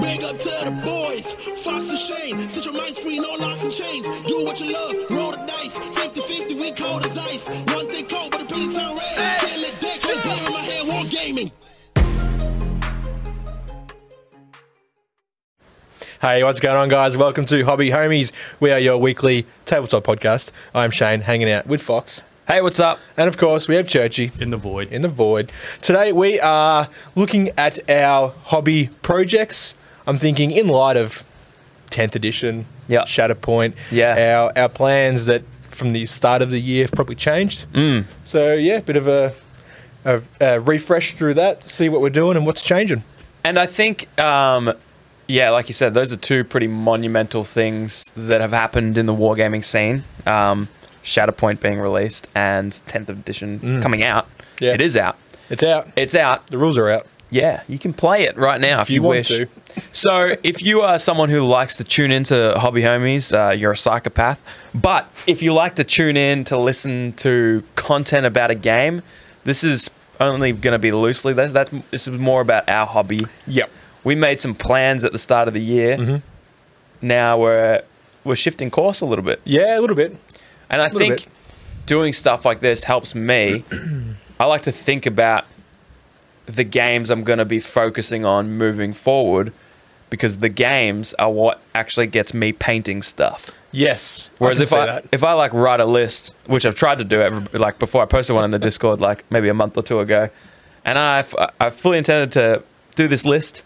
Big up to the boys, Fox and Shane. Set your minds free, no locks and chains. Do what you love, roll the dice. 50 50, we cold as ice. One thing cold, but a pretty town red. Can't let that go down in my head, war gaming. Hey, what's going on, guys? Welcome to Hobby Homies. We are your weekly tabletop podcast. I'm Shane, hanging out with Fox. Hey, what's up? And of course, we have Churchy in the void. in the void. Today, we are looking at our hobby projects. I'm thinking, in light of 10th edition, Yeah. Shatterpoint, Yeah. our, our plans that from the start of the year have probably changed. Mm. So, yeah, bit of a, a, a refresh through that, see what we're doing and what's changing. And I think, um, yeah, like you said, those are two pretty monumental things that have happened in the wargaming scene. Um, Shatterpoint being released and 10th edition coming out. Mm. Yeah. It is out. It's out. It's out. the rules are out. Yeah, you can play it right now if, you you, want wish. to. so, if you are someone who likes to tune into Hobby Homies, uh, you're a psychopath. But if you like to tune in to listen to content about a game, this is only going to be loosely. That, that this is more about our hobby. Yep. We made some plans at the start of the year. Mm-hmm. Now we're we're shifting course a little bit. Yeah, a little bit. And I Little think bit. doing stuff like this helps me. I like to think about the games I'm going to be focusing on moving forward because the games are what actually gets me painting stuff. Yes. Whereas can if see I that. if I like write a list, which I've tried to do every, like before, I posted one in the Discord like maybe a month or two ago, and I f- I fully intended to do this list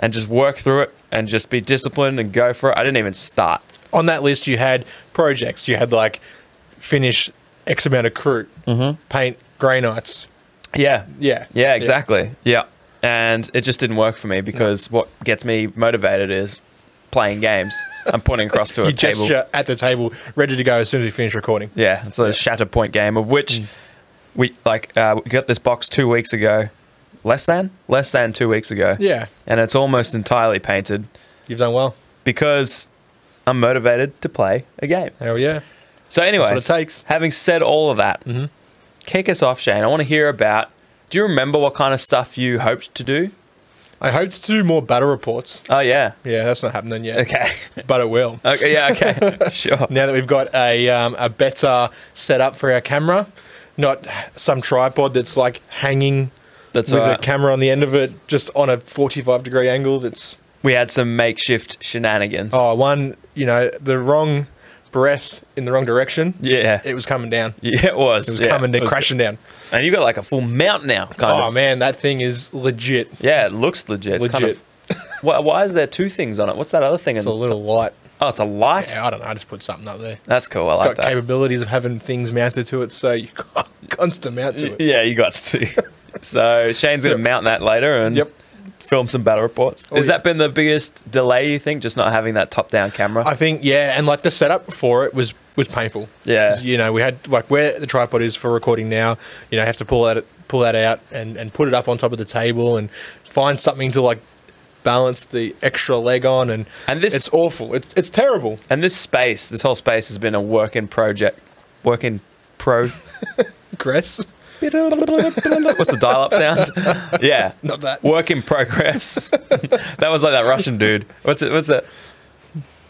and just work through it and just be disciplined and go for it. I didn't even start. on that list you had projects. You had like finish X amount of crew, paint Grey Knights. Yeah, Yeah. Mm-hmm. Yeah, exactly. Yeah. And it just didn't work for me because what gets me motivated is playing games. I'm pointing across to a You table. gesture at the table, ready to go as soon as we finish recording. Yeah, it's a Shatterpoint game of which Mm. we like uh, we got this box 2 weeks ago. Less than? Less than 2 weeks ago. Yeah. And it's almost entirely painted You've done well. because I'm motivated to play a game. Hell yeah. So, anyway, That's what it takes. Mm-hmm. having said all of that, kick us off, Shane. I want to hear about. Do you remember what kind of stuff you hoped to do? I hoped to do more battle reports. Oh yeah. Yeah, that's not happening yet. Okay. But it will. Okay, yeah, okay. sure. Now that we've got a, um, a better setup for our camera, not some tripod that's like hanging That's with alright. a camera on the end of it, just on a 45 degree angle that's We had some makeshift shenanigans. Oh, one, you know, the wrong breath in the wrong direction. Yeah. It was coming down. yeah, it was. It was yeah, coming it down, was- crashing down. And you've got like a full mount now, kind Oh, of. man, that thing is legit. Yeah, it looks legit. It's kind of. why, why is there two things on it? What's that other thing? It's a little light. oh, it's a light. Yeah, I don't know. I just put something up there. That's cool. I like Got that. capabilities of having things mounted to it, so you got constant mount to it. yeah, you got to. so Shane's gonna mount that later and Yep. Oh, film some battle reports. Has yeah. that been the biggest delay? You think just not having that top-down camera? I think yeah, and like the setup for it was was painful. Yeah. 'Cause, you know we had like where the tripod is for recording now. You know, have to pull that pull that out and and put it up on top of the table and find something to like balance the extra leg on and And this- it's awful. It's it's terrible. and this space, this whole space, has been a work in project, work in pro. Gress. What's the dial up sound? Yeah. Not that. Work in progress. that was like that Russian dude. What's it? What's that?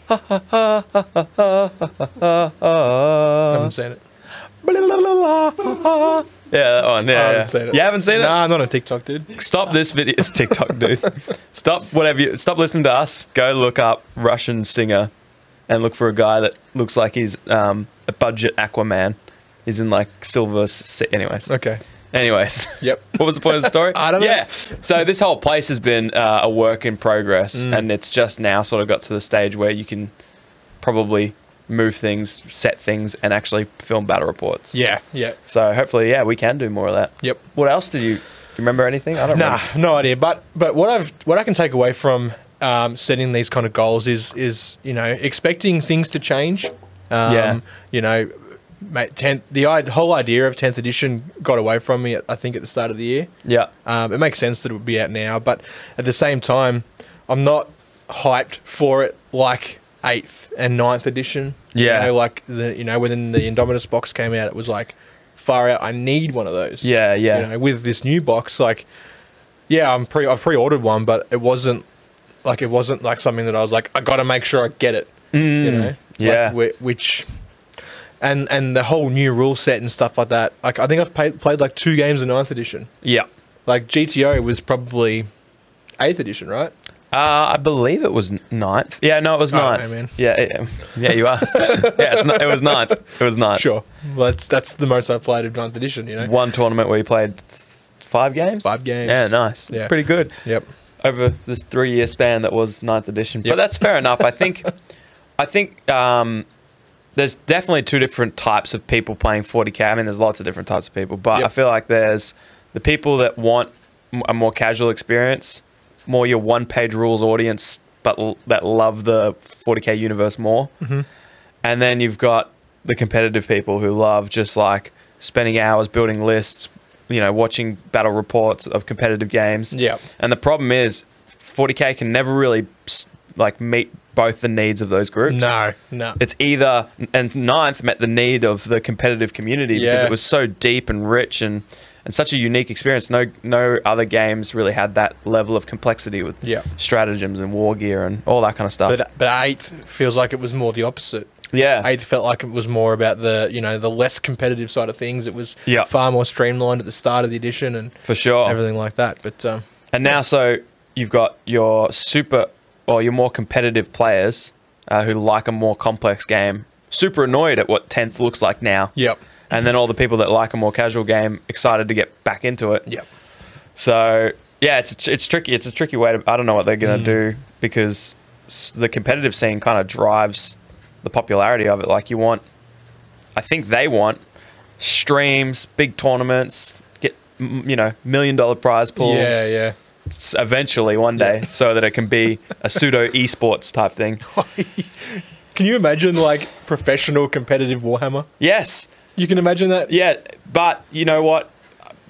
I haven't seen it. Yeah, that one. I Yeah. yeah. haven't seen it. You haven't seen it? Nah, I'm not on TikTok, dude. Stop this video. It's TikTok, dude. stop whatever you. Stop listening to us. Go look up Russian singer and look for a guy that looks like he's um, a budget Aquaman. He's in like silver. Si- anyways. Okay. Anyways. Yep. What was the point of the story? I don't know. Yeah. So this whole place has been uh, a work in progress, Mm. and it's just now sort of got to the stage where you can probably move things, set things, and actually film battle reports. Yeah. Yeah. So hopefully, yeah, we can do more of that. Yep. What else did you? Do you remember anything? I don't Nah, remember. no idea. But but what I've what I can take away from um, setting these kind of goals is is you know expecting things to change. Um, Yeah. You know, mate, tenth, the i- whole idea of tenth edition got away from me. I think at the start of the year. Yeah. Um, it makes sense that it would be out now, but at the same time, I'm not hyped for it like eighth and 9th edition. Yeah. you know, like the you know when the Indominus box came out, it was like far out. I need one of those. Yeah, yeah. You know, with this new box, like yeah, I'm pre I've pre-ordered one, but it wasn't Like it wasn't like something that I was like, I got to make sure I get it. you know? Like, Mm, yeah. whi- which, and and the whole new rule set and stuff like that. Like I think I've played, played like two games of ninth edition. Yeah. Like GTO was probably eighth edition, right? Uh, I believe it was n- ninth. Yeah, no, it was Oh, ninth. I mean. Yeah, yeah, yeah, you asked. yeah, it's not, it was ninth. It was ninth. Sure. Well, that's that's the most I've played of ninth edition. You know. One tournament where you played th- five games. Five games. Yeah, nice. Yeah. Pretty good. Yep. over this three year span that was ninth edition. Yep. But that's fair enough. I think I think um, there's definitely two different types of people playing 40k. I mean, there's lots of different types of people, but Yep. I feel like there's the people that want m- a more casual experience, more your one page rules audience, but l- that love the 40k universe more. Mm-hmm. And then you've got the competitive people who love just like spending hours building lists, you know, watching battle reports of competitive games. Yeah. And the problem is, 40k can never really s- like meet both the needs of those groups. No. No. It's either and ninth met the need of the competitive community because Yeah. it was so deep and rich and and such a unique experience. No no other games really had that level of complexity with Yeah. stratagems and war gear and all that kind of stuff. But uh, but eighth feels like it was more the opposite. yeah. Eight felt like it was more about the you know the less competitive side of things. It was Yeah. Oh. far more streamlined at the start of the edition and for sure. everything like that. But um, And now, so you've got your super or your more competitive players uh, who like a more complex game, super annoyed at what 10th looks like now. yep, And then all the people that like a more casual game, excited to get back into it. yep, So, yeah, it's, it's tricky. It's a tricky way to, I don't know what they're going Mm. to do because s- the competitive scene kind of drives the popularity of it. Like, you want, I think they want streams, big tournaments, get, m- you know, million dollar prize pools yeah, yeah. s- eventually one day so that it can be a pseudo esports type thing. Can you imagine like professional competitive Warhammer? Yes. You can imagine that. Yeah, but you know what?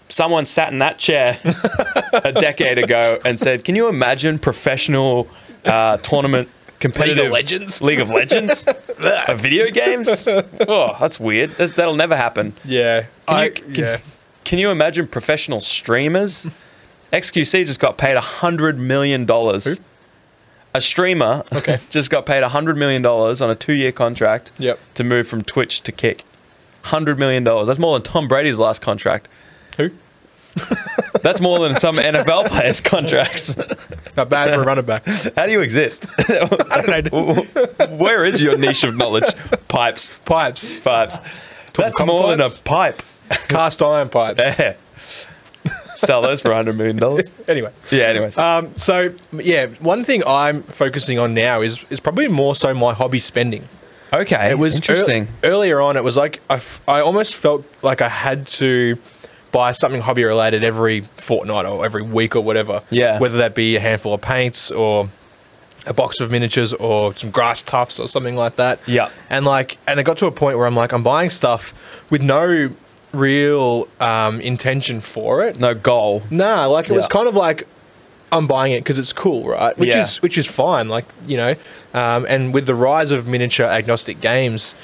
Someone sat in that chair a decade ago and said, "Can you imagine professional uh, tournament competitive Legends? League of Legends, Uh, video games? Oh, that's weird. That's, that'll never happen." Yeah, Can I- you, can, yeah. can you imagine professional streamers? XQC just got paid hundred million dollars. A streamer Okay. just got paid hundred million dollars on a two-year contract Yep. to move from Twitch to Kick. Hundred million dollars. That's more than Tom Brady's last contract. Who? That's more than some NFL players' contracts. Not bad for a running back. How do you exist? I do. Where is your niche of knowledge? Pipes, Pipes, pipes. That's copper more pipes? than a cast iron pipes. pipe. Sell those for hundred million dollars. Anyway, Yeah. Anyways. um, so yeah, one thing I'm focusing on now is is probably more so my hobby spending. Okay, It was interesting. ear- earlier on, it was like I, f- I almost felt like I had to buy something hobby related every fortnight or every week or whatever. Yeah. Whether that be a handful of paints or a box of miniatures or some grass tufts or something like that. Yeah. And like, and it got to a point where I'm like, I'm buying stuff with no real um, intention for it. no goal. Nah, like it was Yeah. kind of like I'm buying it because it's cool, right? Which Yeah. is which is fine, like you know. Um, and with the rise of miniature agnostic games,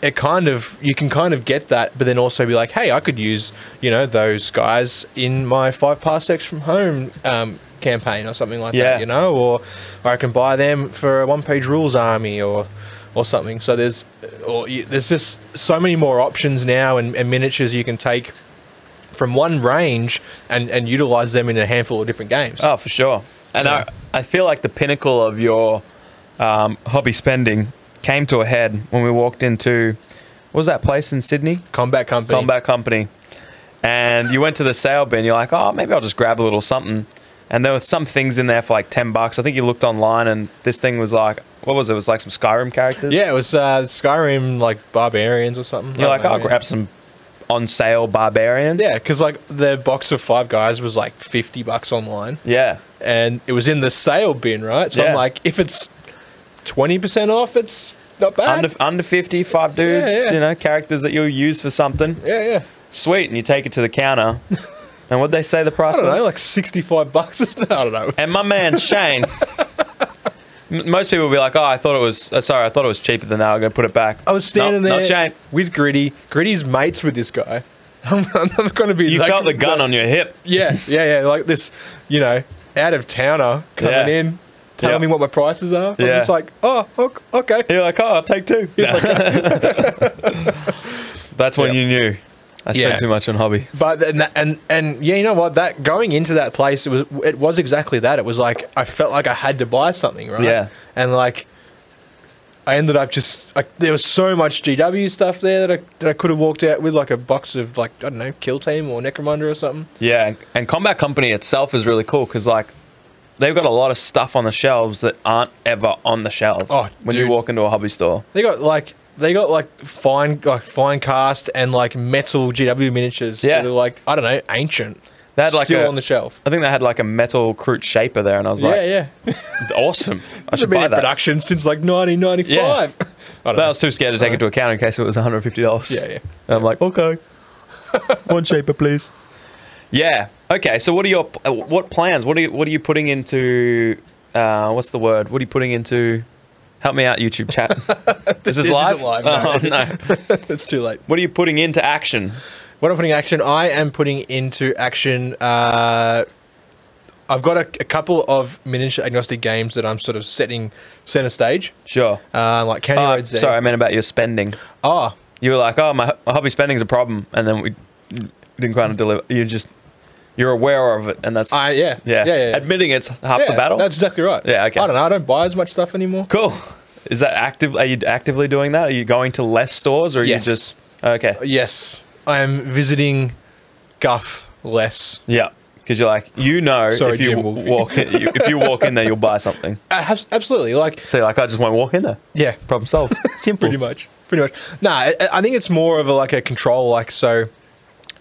it kind of you can kind of get that, but then also be like, hey, I could use you know those guys in my five parsecs from home. Um, campaign or something like Yeah. that you know or, or i can buy them for a one page rules army or or something so there's or you, there's just so many more options now and, and miniatures you can take from one range and, and utilize them in a handful of different games. Oh, for sure. And Yeah. I, I feel like the pinnacle of your um, hobby spending came to a head when we walked into what was that place in Sydney? Combat Company. Combat Company. And you went to the sale bin. You're like, oh, maybe I'll just grab a little something. And there were some things in there for like ten bucks. I think you looked online, and this thing was like, what was it? It was like some Skyrim characters. Yeah, it was uh, Skyrim, like Barbarians or something. You're I like, "Oh, don't know, I'll yeah. grab some on sale barbarians. Yeah, because like the box of five guys was like fifty bucks online, Yeah. and it was in the sale bin, right? So Yeah. I'm like, if it's twenty percent off, it's not bad. under under 50 five dudes Yeah, yeah. you know characters that you'll use for something yeah, yeah. sweet and you take it to the counter and what'd they say the price I don't was know, like sixty-five bucks. I don't know. and my man shane m- most people will be like oh i thought it was uh, sorry i thought it was cheaper than that i'm gonna put it back I was standing Nope, there not shane with Gritty. Gritty's mates with this guy. I'm, not going to be. you that- felt the gun on your hip Yeah, yeah, yeah. Like this, you know, out of towner coming Yeah. in. tell Yeah. me what my prices are. I was Yeah. just like, oh, ok- okay. You're like, oh, I'll take two. No. That's when Yeah. you knew. I spent Yeah. too much on hobby. But and, that- and and yeah, you know what? That going into that place, it was it was exactly that. It was like I felt like I had to buy something, right? Yeah. And like, I ended up just like there was so much GW stuff there that I that I could have walked out with like a box of like I don't know Kill Team or Necromunda or something. Yeah, and, and Combat Company itself is really cool because like they've got a lot of stuff on the shelves that aren't ever on the shelves. Oh, when you dude. walk into a hobby store, They got like they got like fine like fine cast and like metal GW miniatures. Yeah. that are like I don't know ancient. They had, like, still a- on the shelf. I think they had like a metal crute shaper there, and I was Yeah, like, yeah. awesome. I It's should been buy in that. production since like 1995. I don't But I know. was too scared to take into account in case it was one hundred fifty dollars. Yeah, yeah. I'm like, okay, one shaper, please. Yeah. Okay. So, what are your p- uh, what plans? What are you, what are you putting into? Uh, what's the word? What are you putting into? Help me out, YouTube chat. is this, This isn't live? live, Oh no. no. it's too late. What are you putting into action? What I'm putting in action, I am putting into action. Uh, I've got a, a couple of miniature agnostic games that I'm sort of setting center stage, Sure. uh, like County Uh, Road Z. sorry, I meant about your spending. Ah, You were like, "Oh, my, my hobby spending's a problem," and then we didn't kind of deliver. You just you're aware of it, and that's I yeah yeah. yeah yeah. Admitting it's half Yeah, the battle. That's exactly right. Yeah, okay. I don't know. I don't buy as much stuff anymore. cool. Is that active? Are you actively doing that? Are you going to less stores, or are Yes. you just okay? Yes, I am visiting Guff less. Yeah, because you're like you know Sorry, if you Jim w- Wolfe. walk in, you, if you walk in there, you'll buy something. Uh, abs- absolutely, like So you're like I just won't walk in there. yeah, Problem solved. Simple. pretty much pretty much nah I, I think it's more of a, like a control like so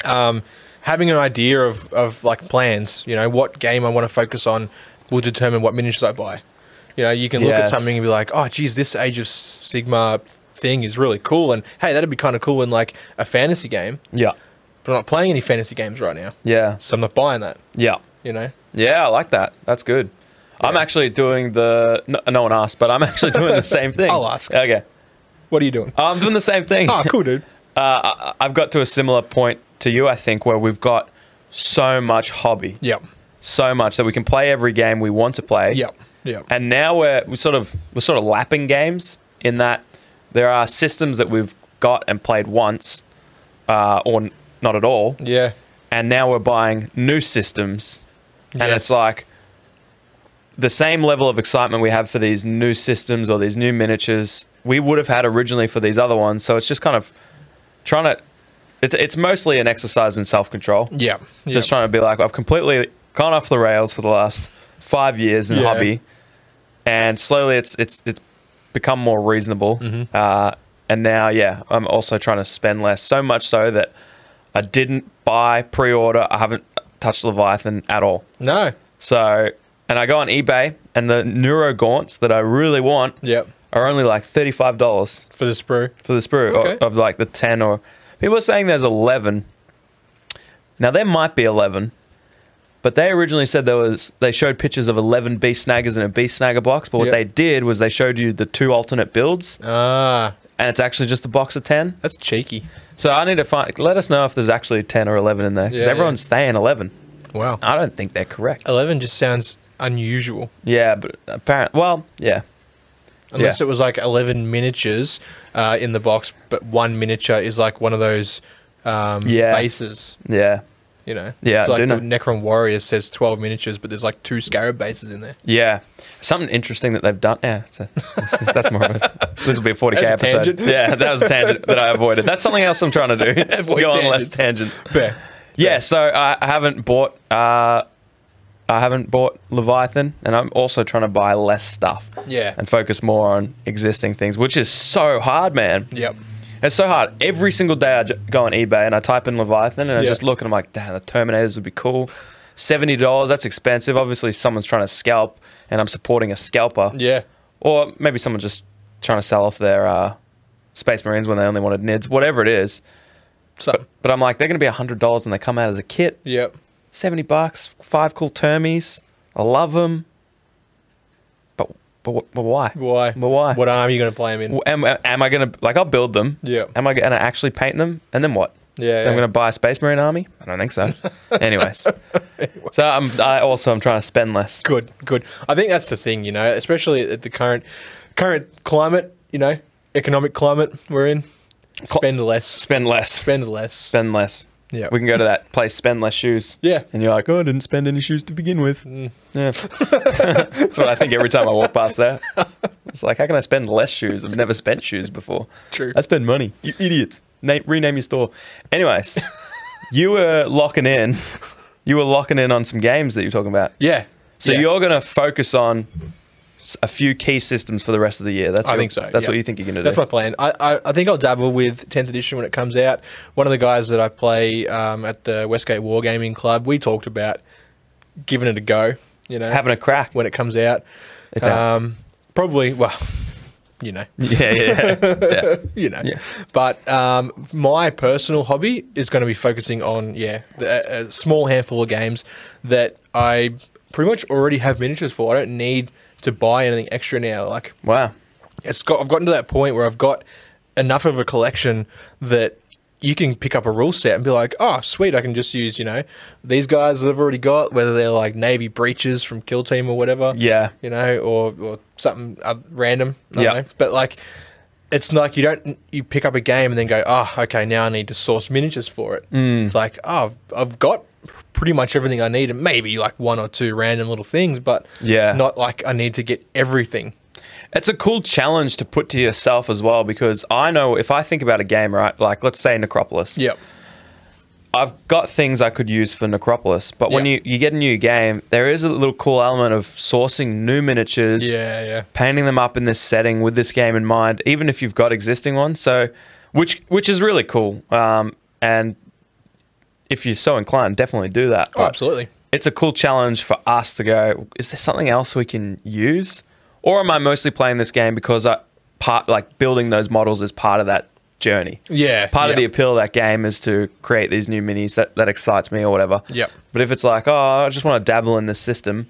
um having an idea of of like plans you know what game i want to focus on will determine what miniatures i buy you know you can look at Yes. something and be like oh geez this age of sigma thing is really cool and hey that'd be kind of cool in like a fantasy game Yeah. but i'm not playing any fantasy games right now Yeah. so i'm not buying that Yeah. you know Yeah, I like that. That's good. I'm actually doing the. No, no one asked, but I'm actually doing the same thing. I'll ask. Okay. what are you doing I'm doing the same thing. oh cool dude Uh, I- I've got to a similar point to you, I think, where we've got so much hobby, yep so much that we can play every game we want to play. yep yep And now we're we sort of we're sort of lapping games in that there are systems that we've got and played once, uh, or n- not at all, yeah and now we're buying new systems and it's Yes. like the same level of excitement we have for these new systems or these new miniatures we would have had originally for these other ones so it's just kind of trying to it's it's mostly an exercise in self-control yep just trying to be like i've completely gone off the rails for the last 5 years in Yeah. hobby and slowly it's it's it's become more reasonable uh, and now yeah i'm also trying to spend less so much so that I didn't buy pre-order. I haven't touched Leviathan at all. no So, and I go on eBay, and the Neuro Gaunts that I really want yep are only like thirty-five dollars for the sprue for the sprue or- Okay. of like the ten or people are saying there's eleven. Now there might be eleven, but they originally said there was. They showed pictures of eleven beast snaggers in a beast snagger box, but what Yep. they did was they showed you the two alternate builds, ah and it's actually just a box of ten. That's cheeky. So I need to find. Let us know if there's actually ten or eleven in there because Yeah, yeah. everyone's saying eleven. Wow. I don't think they're correct. 11 just sounds unusual. Yeah, but apparently, well, yeah, Unless Yeah. it was like 11 miniatures uh, in the box, but one miniature is like one of those um, Yeah. bases, yeah, you know? Yeah, So, I like do the Necron Warrior says 12 miniatures, but there's like two Scarab bases in there. yeah. Something interesting that they've done. Yeah, it's a, that's more of a. This will be a forty k That's a episode. tangent. Yeah, that was a tangent that I avoided. That's something else I'm trying to do. Avoid Go on less tangents. Fair. Yeah, so I I haven't bought. Uh, I haven't bought Leviathan, and I'm also trying to buy less stuff. Yeah. and focus more on existing things, which is so hard, man. Yep. It's so hard. Every single day I j- go on eBay and I type in Leviathan and I Yeah. just look and I'm like, damn, the Terminators would be cool. $70, that's expensive. Obviously, someone's trying to scalp and I'm supporting a scalper. Yeah. Or maybe someone just trying to sell off their uh, Space Marines when they only wanted NIDs, whatever it is. So, But I'm like, they're going to be $100 and they come out as a kit. yep. 70 bucks, five cool Termies. I love them. But, but, wh- but why? Why? But why? What arm are you going to play him in? Am, am I going to, like, I'll build them. Yeah. Am I going to actually paint them? And then what? Yeah, Then I'm yeah. going to buy a Space Marine army. I don't think so. Anyways, so I'm. I also I'm trying to spend less. Good, good. I think that's the thing, you know, especially at the current current climate, you know, economic climate we're in. Spend less. Spend less. Spend less. spend less. Yeah. We can go to that place, spend less shoes. Yeah. Mm. And you're like, oh, I didn't spend any shoes to begin with. Yeah. That's what I think every time I walk past there. It's like, how can I spend less shoes? I've never spent shoes before. True. I spend money. You idiots. Name, rename your store. Anyways, you were locking in. You were locking in on some games that you're talking about. Yeah. So Yeah. you're going to focus on s- a few key systems for the rest of the year. That's I your- think so. That's yeah. what you think you're going to do. That's my plan. I, I, I think I'll dabble with 10th edition when it comes out. One of the guys that I play um, at the Westgate Wargaming Club, we talked about giving it a go, you know, Having a crack. when it comes out. It's out. Um, probably, well, you know, yeah, yeah, yeah. yeah. you know. Yeah. But um, my personal hobby is going to be focusing on yeah, the, a, a small handful of games that I pretty much already have miniatures for. I don't need to buy anything extra now. Like Wow. it's got I've gotten to that point where I've got enough of a collection that you can pick up a rule set and be like, oh, sweet, I can just use, you know, these guys that I've already got, whether they're like Navy breaches from Kill Team or whatever. Yeah. You know, or, or something uh, random. I Yeah. yeah. Know. But like, it's not like you don't, you pick up a game and then go, oh, okay, now I need to source miniatures for it. Mm. It's like, oh, I've, I've got pretty much everything I need and maybe like one or two random little things, but Yeah. not like I need to get everything. It's a cool challenge to put to yourself as well because I know if I think about a game, right? Like let's say Necropolis. Yep. I've got things I could use for Necropolis, but when Yeah. you, you get a new game, there is a little cool element of sourcing new miniatures, Yeah, yeah. painting them up in this setting with this game in mind, even if you've got existing ones. So, which which is really cool. Um, and if you're so inclined, definitely do that. Oh, But absolutely. it's a cool challenge for us to go. Is there something else we can use, or am I mostly playing this game because I part like building those models is part of that journey? Yeah, part of the yeah. appeal of that game is to create these new minis that that excites me or whatever. Yep. But if it's like, oh, I just want to dabble in this system,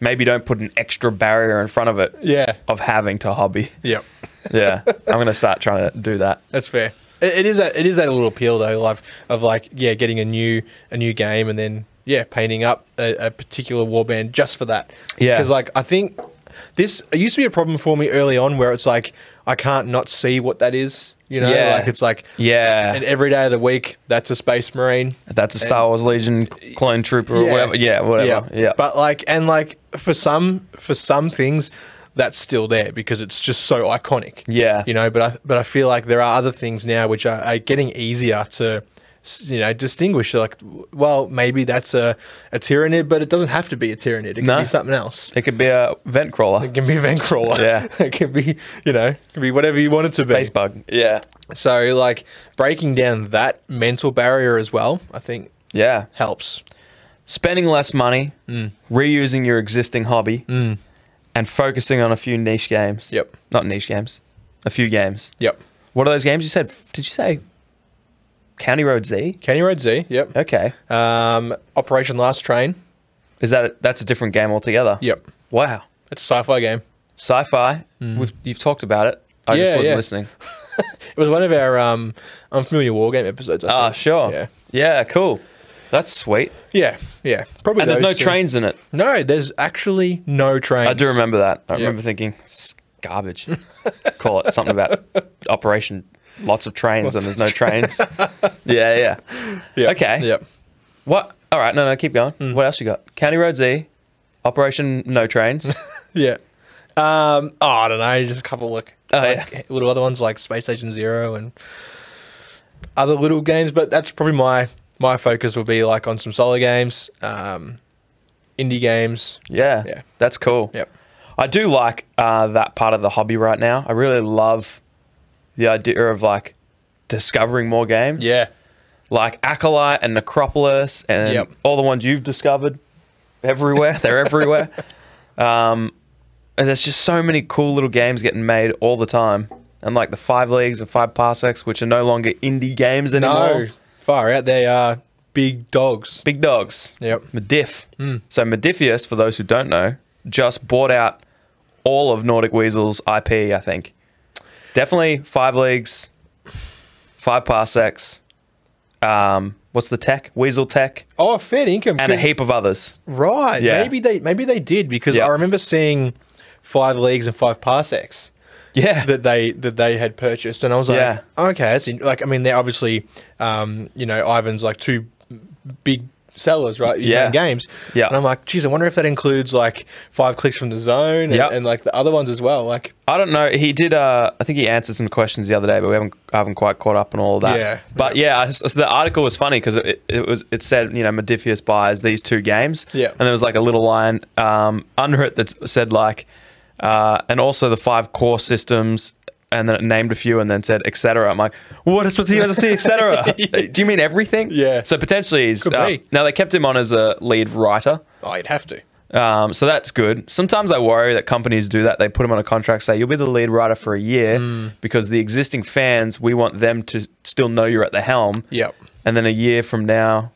maybe don't put an extra barrier in front of it. Yeah. Of having to hobby. Yep. Yeah, I'm gonna start trying to do that. That's fair. It, it is a it is that little appeal though, of of like yeah, getting a new a new game and then yeah, painting up a, a particular warband just for that. Yeah. because like I think this it used to be a problem for me early on where it's like I can't not see what that is. You know, Yeah. like it's like Yeah. and every day of the week that's a space marine. That's a Star Wars Legion clone trooper or whatever. Yeah, whatever. Yeah. But like, and like for some for some things, that's still there because it's just so iconic. Yeah. you know. But I but I feel like there are other things now which are, are getting easier to s- you know distinguish. Like, well, maybe that's a a tyrannid, but it doesn't have to be a tyrannid. It can No. be something else. it could be a vent crawler. It can be a Vencrawler. Yeah. it can be you know, it can be whatever you want it to Space be. bug. Yeah. So like breaking down that mental barrier as well, I think Yeah. helps. Spending less money, Mm. reusing your existing hobby, and focusing on a few niche games. Yep. Not niche games, a few games. Yep. What are those games you said? Did you say County Road Z? Kenny Road Z. Yep. Okay. Um, Operation Last Train. Is that that's a different game altogether? Yep. Wow. It's a sci-fi game. Sci-fi. We've, you've talked about it. I Mm-hmm. just Yeah, wasn't yeah. listening. It was one of our um, unfamiliar war game episodes. I Ah, think. sure. Yeah, Yeah, cool. That's sweet. yeah, yeah. Probably. And there's no those two. trains in it. No, there's actually no trains. I do remember that. I Yeah. remember thinking, "It's garbage. Call it something about operation, lots of trains and there's no trains. yeah, yeah. Yep, Okay. Yep. What? All right. No, no. Keep going. Mm. What else you got? County Road Z, Operation No Trains. Yeah. Um. Oh, I don't know. Just a couple like, Oh, like, little other ones like Space Station Zero and other little games. But that's probably my my focus will be like on some solo games, um, indie games. yeah. Yeah. That's cool. Yep. I do like uh, that part of the hobby right now. I really love the idea of like discovering more games. like Acolyte and Necropolis and Yep. all the ones you've discovered everywhere. They're everywhere. Um, and there's just so many cool little games getting made all the time. And like the Five Leagues and Five Parsecs, which are no longer indie games anymore. No, far out. They are big dogs. Big dogs. Yep. Hmm. Medif. So Modifius, for those who don't know, just bought out all of Nordic Weasel's IP, I think. Definitely Five Leagues, Five Parsecs, um, what's the tech? Weasel Tech, Oh, fair income. and a could- heap of others. Right. Yeah. Maybe they maybe they did because Yeah. I remember seeing five leagues and five parsecs Yeah. that they that they had purchased, and I was like, Yeah. okay, that's in-. like I mean they're obviously, um, you know, Ivan's like two big sellers, right? in Yeah. games. Yeah. and I'm like, geez, I wonder if that includes like five clicks from the zone and, Yeah. and like the other ones as well. Like, I don't know. He did. Uh, I think he answered some questions the other day, but we haven't I haven't quite caught up on all of that. Yeah. But yeah, I s- the article was funny because it, it was it said you know Modifius buys these two games. Yeah. And there was like a little line um, under it that said like, uh, and also the five core systems. And then it named a few, and then said etc. I'm like, what is what's he going to see etc. Do you mean everything? Yeah. So potentially, he's, Could uh, be. now they kept him on as a lead writer. oh, you'd have to. Um, so that's good. Sometimes I worry that companies do that. They put them on a contract, say you'll be the lead writer for a year, Mm. because the existing fans we want them to still know you're at the helm. Yep. And then a year from now,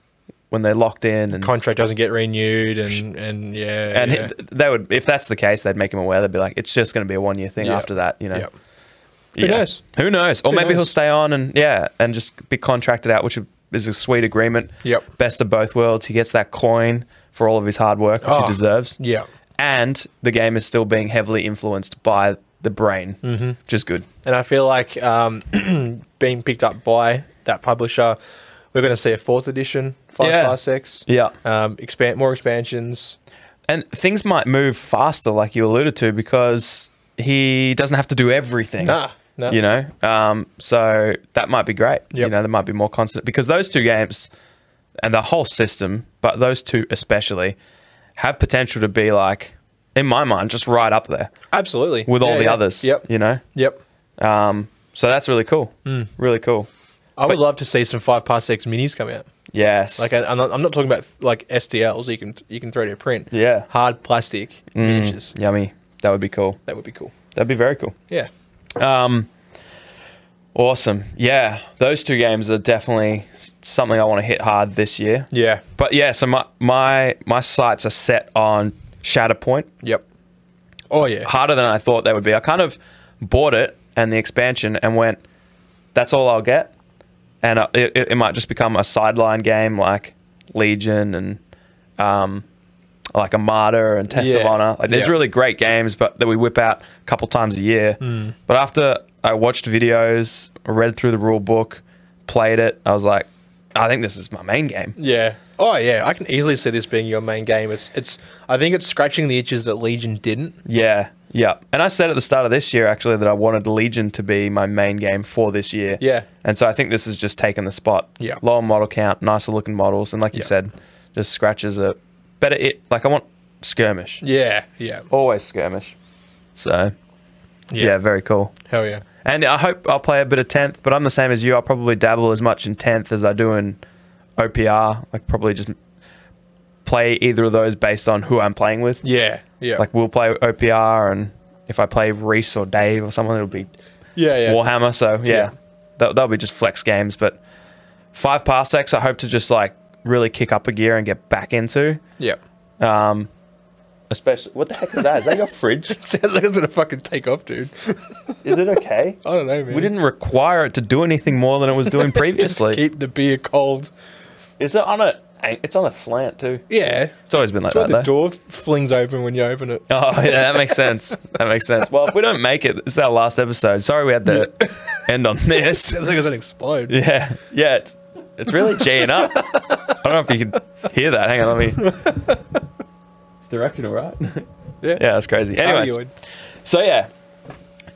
when they're locked in and Contract doesn't get renewed, and and yeah, and yeah. it- they would, if that's the case, they'd make him aware. They'd be like, it's just going to be a one year thing Yep. after that, you know. Yep. Who Yeah. knows? Who knows? Or Who maybe he'll knows? stay on and yeah, and just be contracted out, which is a sweet agreement. Yep. Best of both worlds. He gets that coin for all of his hard work, which Oh, he deserves. yeah. And the game is still being heavily influenced by the brain, mm-hmm. which is good. And I feel like um, being picked up by that publisher, we're going to see a fourth edition, five Yeah. plus X. Yeah. Um, expand more expansions. And things might move faster, like you alluded to, because he doesn't have to do everything. Nah, nah. You know, um, so that might be great. You Yep. know, there might be more constant because those two games and the whole system, but those two especially, have potential to be like, in my mind, just right up there Absolutely. with all Yeah, the yeah. others. Yep. Mm. You know, Yep. um, so that's really cool. Really cool. I would love to see some five plus X minis come out. Yes. Like I, I'm, not, I'm not talking about like SDLs. You can you can throw to a print. Yeah. Mm. Hard plastic miniatures. Yummy. That would be cool. That would be cool. That'd be very cool. Yeah. Um, awesome. Yeah, those two games are definitely something I want to hit hard this year. Yeah. But yeah, so my my my sights are set on Shatterpoint. Yep. Oh yeah. Harder than I thought they would be. I kind of bought it and the expansion and went, that's all I'll get, and uh, it, it, it might just become a sideline game like Legion and um, like Armada and Test of Yeah. Honor. Like, there's Yeah. really great games, but that we whip out a couple times a year. Hmm. But after I watched videos, read through the rule book, played it, I was like, I think this is my main game. Yeah. Oh yeah. I can easily see this being your main game. It's it's. I think it's scratching the itches that Legion didn't. Yeah, yeah. And I said at the start of this year actually that I wanted Legion to be my main game for this year. Yeah. And so I think this has just taken the spot. Yeah. Lower model count, nicer looking models, and like you Yeah. said, just scratches a better it like I want skirmish. Yeah. Yeah. Always skirmish. So yeah. very cool. Hell yeah. And I hope I'll play a bit of tenth, but I'm the same as you. I'll probably dabble as much in tenth as I do in OPR. Like probably just play either of those based on who I'm playing with. Yeah. Yeah. Like we'll play OPR, and if I play Reese or Dave or someone, it'll be yeah. Yeah. Warhammer. So yeah, Yeah. They'll, they'll be just flex games. But five parsecs, I hope to just like really kick up a gear and get back into. Yeah. Um, especially what the heck is that? Is that your fridge? Sounds like it's gonna fucking take off, dude. Is it okay? I don't know, man. We didn't require it to do anything more than it was doing previously. keep the beer cold. Is it on a? It's on a slant too. Yeah. It's always been like That's why that the though. door flings open when you open it. Oh yeah, that makes sense. That makes sense. Well, if we don't make it, this is our last episode. Sorry, we had to end on this. Sounds like it's gonna explode. Yeah, yeah. It's, it's really G'ing up. I don't know if you can hear that. Hang on, let me. It's directional, right? Yeah. Yeah, that's crazy. How Anyways, you would. so yeah,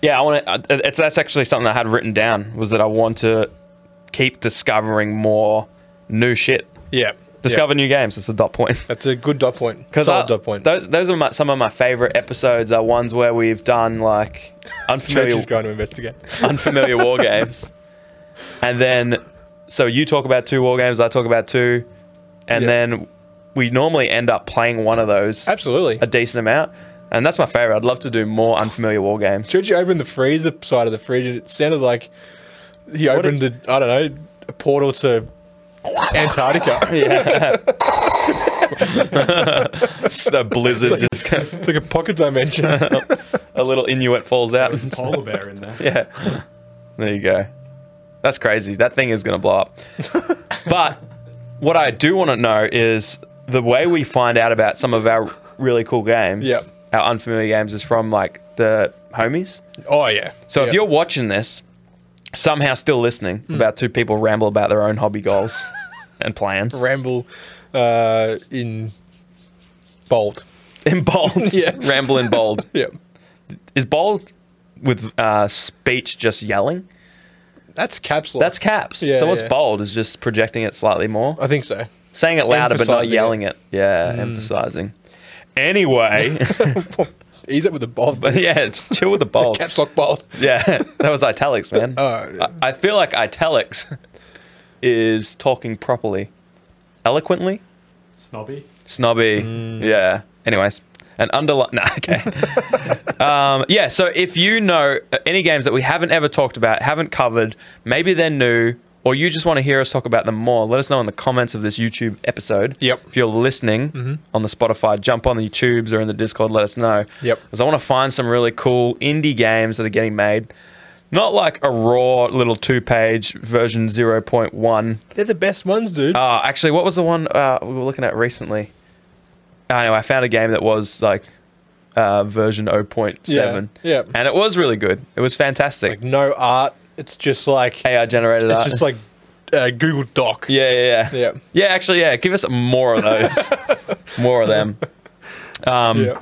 yeah. I want to. It's that's actually something I had written down was that I want to keep discovering more new shit, Yeah. discover Yeah. new games. That's the dot point. That's a good dot point. Because Solid dot point. Those those are my, some of my favorite episodes. Are ones where we've done like Church unfamiliar is going to investigate. unfamiliar war games, and then so you talk about two war games, I talk about two, and Yeah. then we normally end up playing one of those Absolutely. a decent amount, and that's my favorite. I'd love to do more unfamiliar war games. Should you open the freezer side of the fridge? And it sounded like he opened I a, I don't know a portal to Antarctica, Yeah. just a blizzard, just kind of- like a pocket dimension. a little Inuit falls out. There's a polar bear in there. Yeah. There you go. That's crazy. That thing is going to blow up. But what I do want to know is the way we find out about some of our really cool games, Yep. our unfamiliar games, is from like the homies. Oh yeah. So Yeah. Hmm. if you're watching this, somehow still listening, about two people ramble about their own hobby goals and plans ramble uh, in bold. in bold, Yeah. ramble in bold. Yeah. Is bold with uh, speech just yelling? That's caps lock. That's caps. Yeah, so what's yeah. bold is just projecting it slightly more. I think so. saying it louder but not Emphasizing yelling it. Yeah, emphasizing. Anyway, Ease it with the bold. but yeah, chill with the bold. Caps lock bold. Yeah, that was italics, man. Oh, yeah. I, I feel like italics is talking properly, eloquently, Snobby. snobby. Yeah. Anyways, an underline. Nah, okay. um, yeah. So if you know uh, any games that we haven't ever talked about, haven't covered, maybe they're new, or you just want to hear us talk about them more, let us know in the comments of this YouTube episode. Yep. If you're listening on the Spotify, jump on the YouTubes or in the Discord. Let us know. Yep. Because I want to find some really cool indie games that are getting made. Not like a raw little two-page version 0.1 They're the best ones, dude. uh, actually, what was the one uh, we were looking at recently? I know I found a game that was like uh, version 0.7. Yeah, yeah. And it was really good. It was fantastic. like no art. It's just like AI generated it's art. just like uh, Google Doc. yeah, yeah, yeah. Yeah. Yeah, actually, yeah. Give us more of those. more of them. Um, Yeah.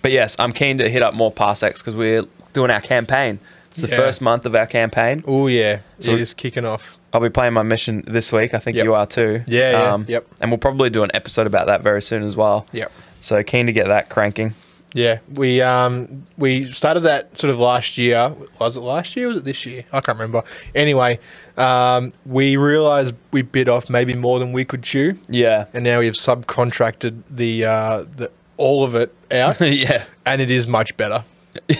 But yes, I'm keen to hit up more Parsecs because we're doing our campaign. It's the Yeah. first month of our campaign. Oh yeah. So- it is kicking off. I'll be playing my mission this week. I think Yep. you are too. Um, Yeah, yeah, yep. And we'll probably do an episode about that very soon as well. Yep. So keen to get that cranking. Yeah, we um we started that sort of last year. Was it last year? or Was it this year? I can't remember. Anyway, um, we realized we bit off maybe more than we could chew, Yeah. and now we have subcontracted the uh, the all of it out. yeah. and it is much better.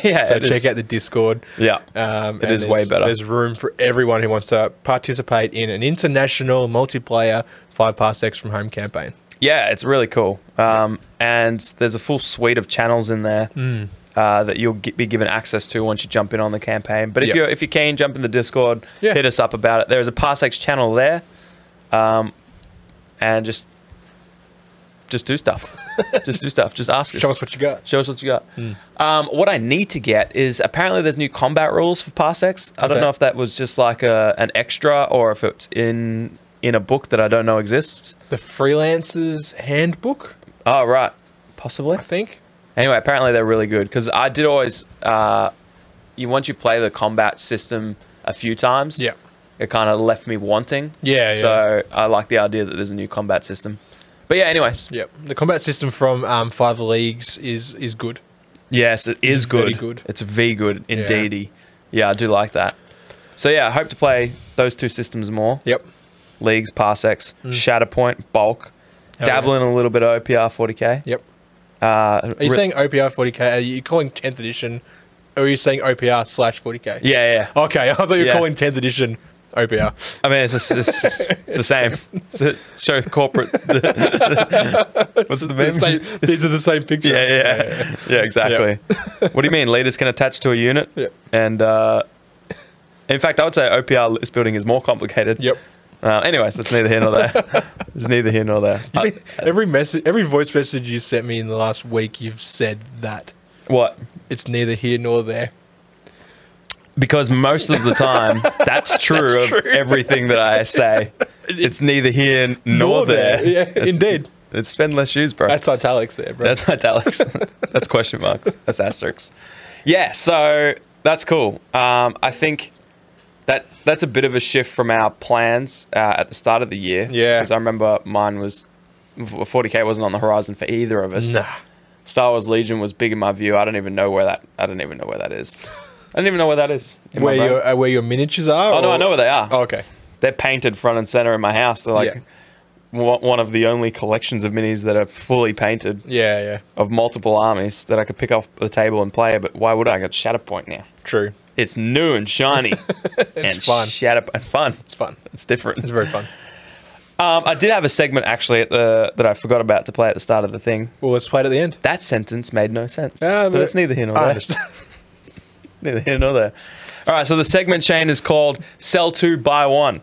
Yeah. So it is. check out the Discord. Yeah. Um, It and is way there's- better. There's room for everyone who wants to participate in an international multiplayer five past X from home campaign. Yeah, it's really cool. Um, and there's a full suite of channels in there Hmm. uh, that you'll gi- be given access to once you jump in on the campaign. But if Yeah. you're if you can, jump in the Discord, Yeah. hit us up about it. There's a Parsecs channel there, um, and just just do stuff. just do stuff. Just ask us. Show us what you got. Show us what you got. Hmm. Um, what I need to get is apparently there's new combat rules for parsecs. I don't Okay. know if that was just like a, an extra or if it's in in a book that I don't know exists. The freelancers handbook, Oh right, possibly. I think. Anyway, apparently they're really good because I did always. Uh, you once you play the combat system a few times, Yeah. it kind of left me wanting. Yeah, yeah. So I like the idea that there's a new combat system. But yeah, anyways, Yep. The combat system from um, Five Leagues is is good. Yes, it is very good. good. It's v good indeedy. Yeah. I do like that. So yeah, I hope to play those two systems more. Yep. Leagues, parsecs, Shatterpoint, bulk, Mm. Hell dabbling a little bit of OPR 40k. Yep. Uh, Are you re- saying OPR 40k? Are you calling 10th edition? Or are you saying OPR slash 40k? Yeah, yeah. Okay, I thought you were Yeah. calling 10th edition OPR. I mean, it's, just, it's, just- it's the same. It's a show corporate. what's the They're meme? the same- these are the same picture. Yeah, yeah, yeah, exactly. what do you mean? Leaders can attach to a unit, Yeah. and uh, in fact, I would say OPR list building is more complicated. Yep. Uh, anyways, that's neither here nor there. it's neither here nor there. Uh, every message, every voice message you sent me in the last week, you've said that what? it's neither here nor there. Because most of the time, that's true of everything that I say. It's neither here nor, there. Yeah, It's- indeed. It's spend less shoes, bro. That's italics there, bro. That's italics. that's question marks. That's asterisks. Yeah, so that's cool. Um, I think that that's a bit of a shift from our plans uh, at the start of the year. Yeah. because I remember mine was 40k wasn't on the horizon for either of us. nah. Star Wars Legion was big in my view. I don't even know where that. I don't even know where that is. I don't even know where that is. in my Where brain. your uh, where your miniatures are? Oh no, or- I know where they are. Oh, okay. They're painted front and center in my house. They're like one one of the only collections of minis that are fully painted Yeah, yeah. of multiple armies that I could pick off the table and play, but why would I? I got Shatterpoint now. True. It's new and shiny. it's and fun. Shatter- and fun. It's fun. It's different. It's very fun. um, I did have a segment actually at the, that I forgot about to play at the start of the thing. Well, let's play it at the end. That sentence made no sense. Yeah, but, but- it's neither here nor I there. understand. neither here nor there. All right, so the segment chain is called Sell Two, Buy One.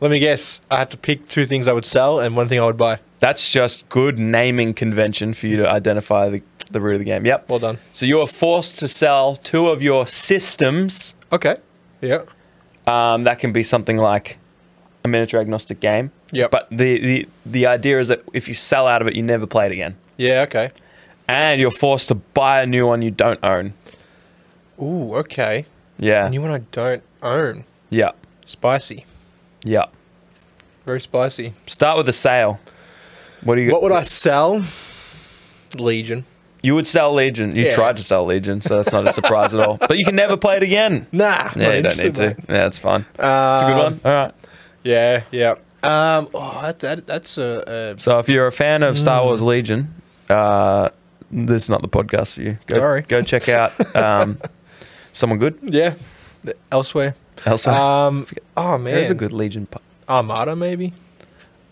Let me guess. I have to pick two things I would sell and one thing I would buy. That's just good naming convention for you to identify the, the root of the game. Yep. Well done. So you are forced to sell two of your systems. Okay. Yeah. Um, that can be something like a miniature agnostic game. Yep. But the, the, the idea is that if you sell out of it, you never play it again. Yeah. Okay. And you're forced to buy a new one you don't own. Ooh. Okay. Yeah. New one I don't own. yeah. Spicy. Yeah. Very spicy. Start with a sale. What do you What would I sell? Legion. You would sell Legion. You Yeah. tried to sell Legion, so that's not a surprise at all. But you can never play it again. Nah. Yeah, you don't need to. Yeah, that's fine. It's Uh, a good one. All right. Um, Yeah. Yeah. Um. Oh, that, that that's a. So if you're a fan of Star Wars Legion, uh, this is not the podcast for you. Go, Sorry. Go check out um, someone good a yeah. Elsewhere. elsewhere. Um. Oh man. There's a good Legion po- Armada maybe.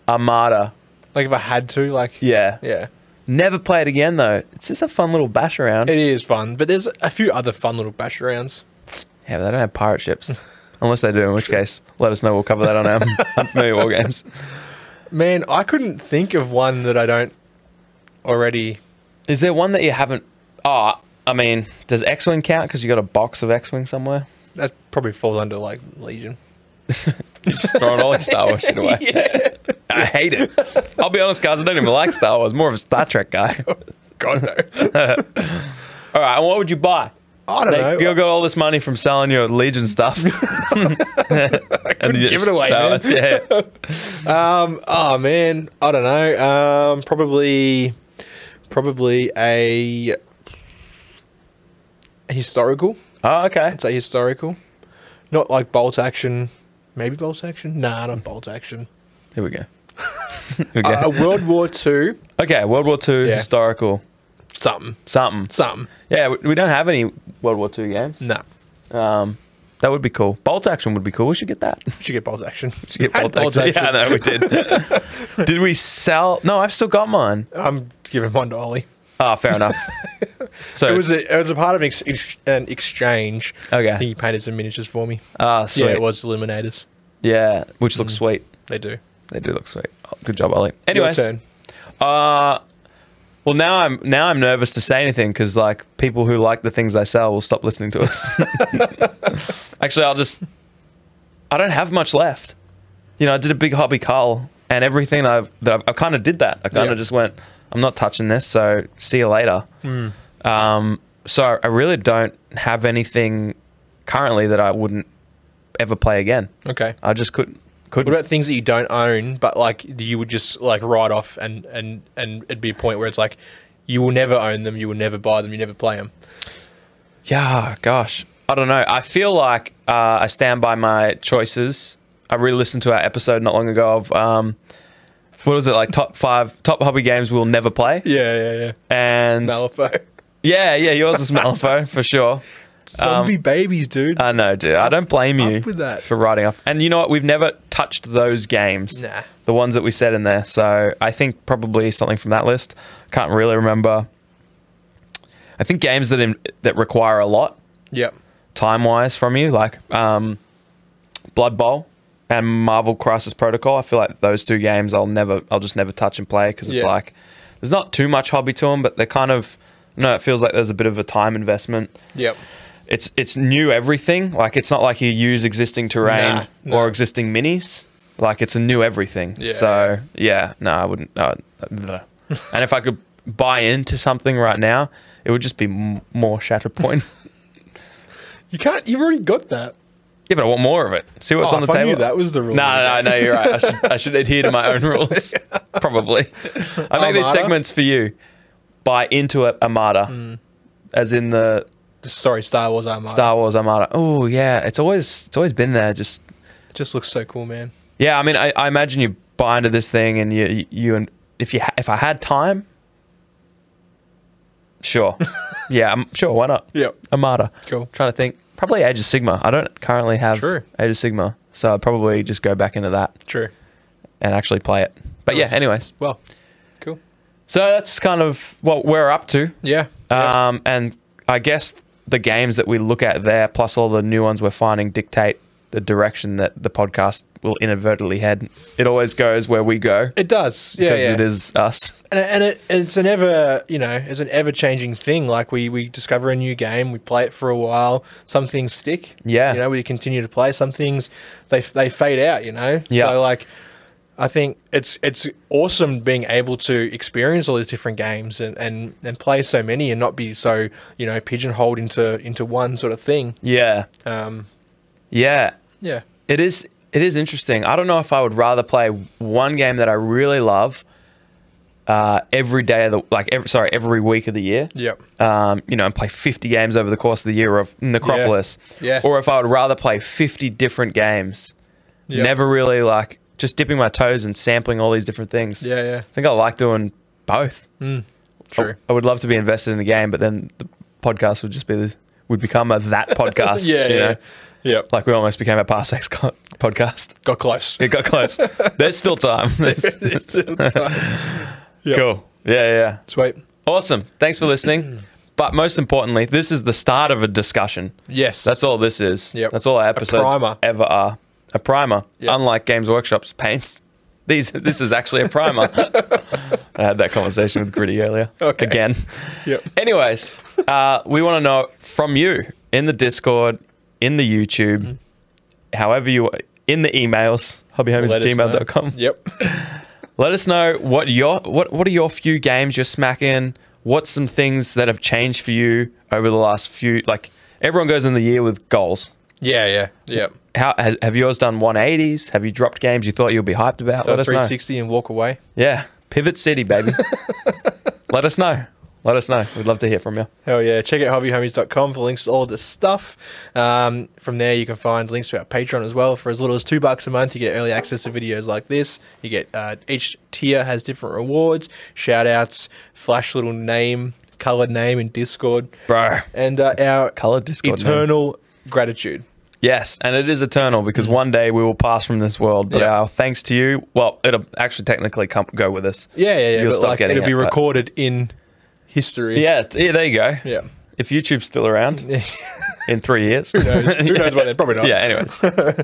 Armada. Like if I had to, like Yeah. yeah. Never play it again though. It's just a fun little bash around. It is fun, but there's a few other fun little bash rounds. yeah, but they don't have pirate ships. Unless they do, in which case, let us know. We'll cover that on our unfamiliar war games. Man, I couldn't think of one that I don't already. Is there one that you haven't? Oh, I mean, does X Wing count? Because you got a box of X Wing somewhere. That probably falls under like Legion. You're just throwing all your Star Wars shit away. I hate it. I'll be honest, guys. I don't even like Star Wars. More of a Star Trek guy. God no. All right, and what would you buy? I don't know. Like, you got all this money from selling your Legion stuff. and you give it away, no, man. it's- yeah. Um. Oh man, I don't know. Um. Probably, probably a historical. Oh, okay. I'd say historical, not like bolt action. Maybe bolt action. Nah, not bolt action. Here we go. Here we go. Uh, World War Two. okay, World War II Yeah. historical Something. something. Something. Yeah, we, we don't have any World War II games. Nah. Um, that would be cool. Bolt action would be cool. We should get that. We should get bolt action. We should Get bolt action. Yeah, no, we did. did we sell? No, I've still got mine. I'm giving one to Ollie. Ah, fair enough. So It was a, it was a part of ex, ex, an exchange. Okay. He painted some miniatures for me. ah, sweet. yeah, it was Illuminators. Yeah, which looks sweet. They do. They do look sweet. Oh, good job, Ollie. Your Anyways, turn. uh, well now I'm now I'm nervous to say anything because like people who like the things I sell will stop listening to us. Actually, I'll just. I don't have much left. You know, I did a big hobby cull, and everything I've that I've, I kind of did that. I kind of Yeah. just went. I'm not touching this. So see you later. Hmm. Um, so I really don't have anything currently that I wouldn't ever play again. Okay. I just couldn't. Couldn't. What about things that you don't own, but like you would just like write off, and and and it'd be a point where it's like you will never own them, you will never buy them, you never play them. Yeah, gosh. I don't know. I feel like uh, I stand by my choices. I really listened to our episode not long ago of um, what was it like top five top hobby games we'll never play. Yeah, yeah, yeah. And Malifaux. yeah, yeah, yours was Malifaux for sure. Zombie Um, babies, dude. I know, dude. I don't blame up you with that? for writing off. And you know what? We've never touched those games. Nah. The ones that we said in there. So I think probably something from that list. Can't really remember. I think games that in, that require a lot yep. time wise from you, like um, Blood Bowl and Marvel Crisis Protocol. I feel like those two games I'll never, I'll just never touch and play because it's Yeah. like there's not too much hobby to them, but they're kind of no. It feels like there's a bit of a time investment. Yep. It's it's new everything. Like it's not like you use existing terrain Nah, no. or existing minis. Like it's a new everything. Yeah. So yeah, no, I wouldn't. No, no. and if I could buy into something right now, it would just be m- more Shatterpoint. You can't. You've already got that. Yeah, but I want more of it. See what's Oh, on the if I table. knew that was the rule. No, no, no, you're right. I should, I should adhere to my own rules. Probably. I make Armada? these segments for you. Buy into it, Armada. Hmm. As in the Sorry, Star Wars Armada. Star Wars Armada. Oh yeah, it's always it's always been there. Just Just looks so cool, man. yeah. I mean, I, I imagine you buy into this thing, and you you, you and if you ha- if I had time, sure. yeah, I'm sure. Why not? Yep. Armada. Cool. Trying to think. Probably Age of Sigma. I don't currently have Sure. Age of Sigma, so I'd probably just go back into that True. and actually play it. But Nice. yeah, anyways. Well, cool. So that's kind of what we're up to. Yeah. Um, and I guess the games that we look at there, plus all the new ones we're finding, dictate the direction that the podcast will inadvertently head. It always goes where we go It does, yeah, because yeah. it is us. and and it, it's an ever you know it's an ever changing thing. Like we we discover a new game, we play it for a while. Some things stick, Yeah. You know, we continue to play. Some things they they fade out, you know. Yeah. So like, I think it's it's awesome being able to experience all these different games and and and play so many and not be so you know pigeonholed into into one sort of thing. Yeah, Um, yeah. yeah. It is it is interesting. I don't know if I would rather play one game that I really love uh, every day of the like every, sorry every week of the year. Yep. Um, you know, and play 50 games over the course of the year of Necropolis. Yeah. Or if I would rather play 50 different games, Yep. never really like just dipping my toes and sampling all these different things. Yeah, yeah. I think I like doing both. True. I, I would love to be invested in the game, but then the podcast would just be this would become a that podcast. yeah, you yeah. know? Yep. Like we almost became a Parsecs co- podcast. Got close. It got close. There's still time. There's- Yep. Cool. Yeah, yeah, yeah. Sweet. Awesome. Thanks for listening. But most importantly, this is the start of a discussion. Yes. That's all this is. Yep. That's all our episodes primer. ever are. A primer. Yep. Unlike Games Workshop's paints. These this is actually a primer. I had that conversation with Gritty earlier. Okay. Again. Yep. Anyways, uh, we want to know from you in the Discord, in the YouTube, however you in the emails, hobbyhomies Let at us know. gmail.com. Yep. Let us know what your what what are your few games you're smacking? What's some things that have changed for you over the last few like everyone goes in the year with goals. Yeah, yeah, yep. How has, have yours done 180s? Have you dropped games you thought you'd be hyped about? Let us know. 360 and walk away. Yeah, Pivot City baby. Let us know. Let us know. We'd love to hear from you. Hell yeah. Check out hobbyhomies.com for links to all this stuff. Um, from there, you can find links to our Patreon as well. For as little as two bucks a month, you get early access to videos like this. You get uh, each tier has different rewards, shout outs, flash little name, colored name in Discord, Bro. and uh, our Colored Discord name. eternal gratitude. Yes, and it is eternal because one day we will pass from this world. But Mm-hmm. Yeah. our thanks to you, well, it'll actually technically come, go with us. Yeah, yeah, yeah. You'll but, stop like, getting it'll it, be but- recorded in history. Yeah, t- yeah, there you go. Yeah. If YouTube's still around in three years. Who knows, who knows by then? Probably not. yeah, anyways.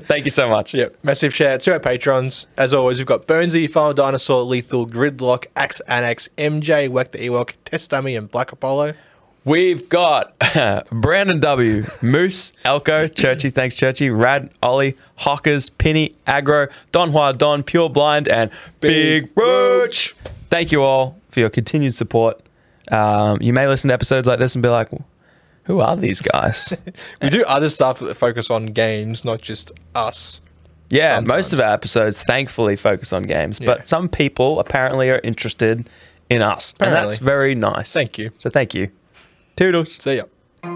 Thank you so much. Yep. Massive shout out to our patrons. As always, we've got Burnsy, Final Dinosaur, Lethal, Gridlock, Axe Annex, MJ, Wack the Ewok, Test Dummy, and Black Apollo. We've got Brandon W, Moose, Elko, Churchy, thanks Churchy, Rad, Ollie, Hawkers, Penny, Agro, Don Juan, Don, Pure Blind, and Big Big Roach. Thank you all for your continued support. Um, you may listen to episodes like this and be like, who are these guys? We do other stuff that focus on games, not just us. Yeah, most Sometimes. of our episodes thankfully focus on games, Yeah. but some people apparently are interested in us, and that's Apparently. very nice. Thank you. So thank you. Toodles. See ya. Woo!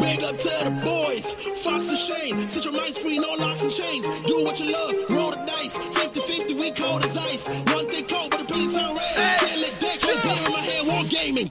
Big up to the boys, Fox and Shane. Set your minds free, no locks and chains. Do what you love, roll the dice. 50 50, we cold as ice. One thing cold, but a penny time red. Can't let that shit get in my head, war gaming.